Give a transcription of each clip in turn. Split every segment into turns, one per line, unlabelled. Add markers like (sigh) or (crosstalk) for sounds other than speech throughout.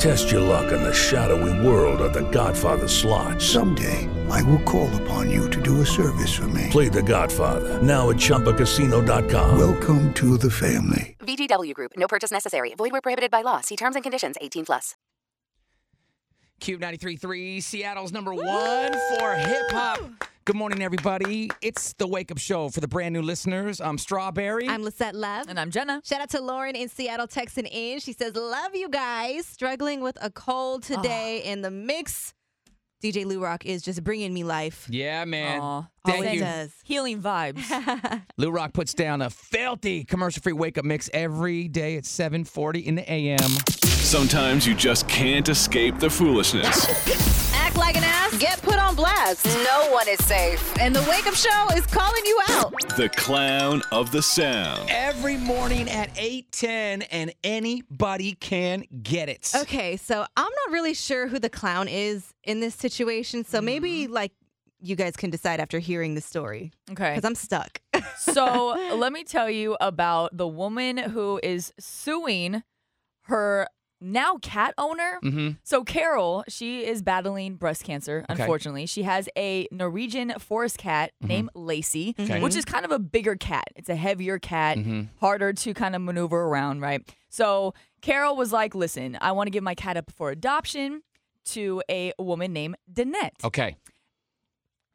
Test your luck in the shadowy world of The Godfather slot.
Someday, I will call upon you to do a service for me.
Play The Godfather now at ChumbaCasino.com.
Welcome to the family.
VGW Group. No purchase necessary. Void where prohibited by law. See terms and conditions. 18 plus.
Cube 93.3, Seattle's number one for hip hop. Good morning, everybody. It's the wake up show for the brand new listeners. I'm Strawberry.
I'm Lisette Love.
And I'm Jenna.
Shout out to Lauren in Seattle texting in. She says, Love you guys. Struggling with a cold today in the mix. DJ Lou Rock is just bringing me life.
yeah, man.
Aw.
Thank
Always
you.
does.
Healing
(laughs)
vibes.
Lou Rock puts down a filthy commercial free wake up mix every day at 7:40 in the a.m.
Sometimes you just can't escape the foolishness.
Act like an ass, get put on blast. No one is safe. And the wake up show is calling you out.
The clown of the sound.
Every morning at 8:10, and anybody can get it.
Okay, so I'm not really sure who the clown is in this situation. So maybe, like, you guys can decide after hearing the story
Okay.
because I'm (laughs) stuck.
so let me tell you about the woman who is suing her now cat owner.
Mhm.
So Carol, she is battling breast cancer.
Okay.
Unfortunately, she has a Norwegian forest cat named Lacey,
Okay.
Mm-hmm.
which is kind of a bigger cat. It's a heavier cat, harder to kind of maneuver around, right? So Carol was like, "Listen, I want to give my cat up for adoption to a woman named Danette."
Okay.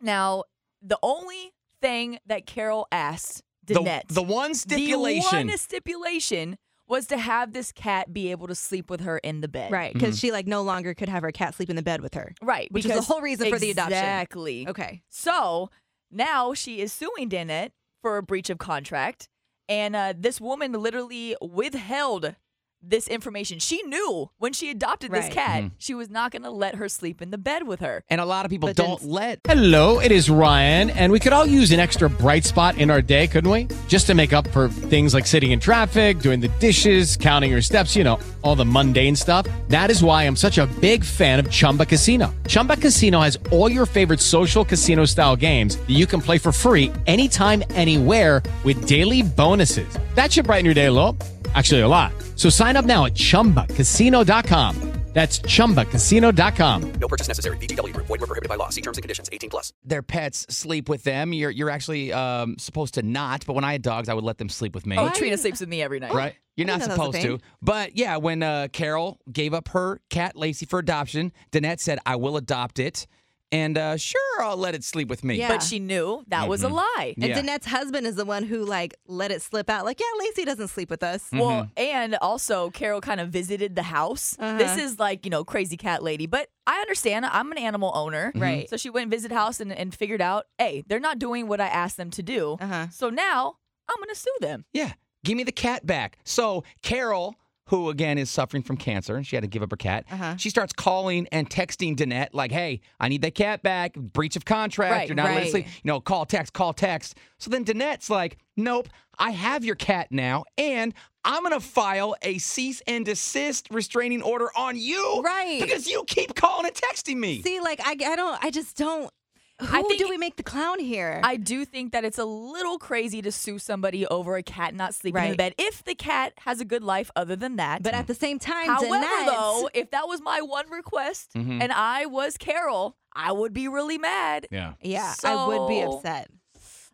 Now, the only thing that Carol asked
The,
Danette,
the one
the
stipulation.
one stipulation was to have this cat be able to sleep with her in the
(laughs)
bed.
Right, because she, like, no longer could have her cat sleep in the bed with her.
Right.
Which is the
because-
whole reason for the adoption.
Exactly.
Okay.
So now she is suing Danette for a breach of contract. And uh, this woman literally withheld this information. She knew when she adopted
Right.
this cat,
Mm-hmm.
she was not going to let her sleep in the bed with her.
and a lot of people
But then-
don't let
Hello, it is Ryan, and we could all use an extra bright spot in our day, couldn't we? Just to make up for things like sitting in traffic, doing the dishes, counting your steps, you know, all the mundane stuff. That is why I'm such a big fan of Chumba Casino. Chumba Casino has all your favorite social casino style games that you can play for free anytime, anywhere with daily bonuses. That should brighten your day a little. Actually, a lot. So sign up now at chumbacasino.com. That's chumbacasino.com.
No purchase necessary. VGW Group. Void were prohibited by law. See terms and conditions. 18 plus.
their pets sleep with them. You're you're actually um, supposed to not, but when I had dogs, I would let them sleep with me.
Oh, Trina sleeps with me every night.
Right? You're
I
not
didn't know that was
supposed
a
to. But yeah, when uh, Carol gave up her cat Lacey for adoption, Danette said, I will adopt it. And uh, sure, I'll let it sleep with me.
Yeah.
But she knew that was
Mm-hmm.
a lie.
And
Yeah.
Danette's husband is the one who, like, let it slip out. Like, yeah, Lacey doesn't sleep with us.
Mm.
Well, and also Carol kind of visited the house. This
Uh-huh.
is like, you know, crazy cat lady, but I understand. I'm an animal owner.
Right.
So she went and visited house and, and figured out, hey, they're not doing what I asked them to do.
Uh-huh.
So now I'm going to sue them.
Yeah, give me the cat back. So Carol, who again is suffering from cancer and she had to give up her cat,
Uh-huh.
she starts calling and texting Danette like, "Hey, I need that cat back. Breach of contract.
Right,
You're not letting
right.
us sleep. You know, call, text, call, text." So then Danette's like, "Nope, I have your cat now, and." I'm gonna file a cease and desist restraining order on you,
Right.
Because you keep calling and texting me.
See, like, I, I don't, I just don't. Who
I think-
do we make the clown here?
I do think that it's a little crazy to sue somebody over a cat not sleeping in the
Right.
bed if the cat has a good life other than that.
but at the same time,
However,
Danette,
though, if that was my one request and I was Carol, I would be really mad.
Yeah.
yeah, I would be
So-
upset.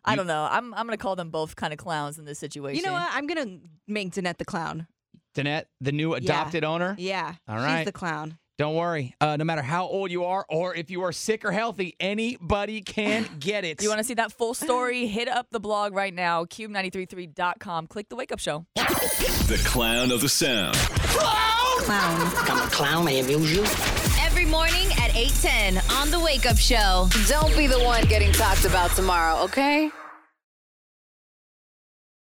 I don't know. I'm I'm gonna call them both kind of clowns in this situation.
You know what? I'm gonna make Danette the clown.
Danette, the new adopted owner.
Yeah,
All
she's
right.
the clown.
Don't worry. Uh, no matter how old you are, or if you are sick or healthy, anybody can get it.
You want to see that full story? Hit up the blog right now, cube933.com. Click the wake up show.
The clown of the sound.
Every morning at 810 on the wake up show. Don't be the one getting talked about tomorrow, okay?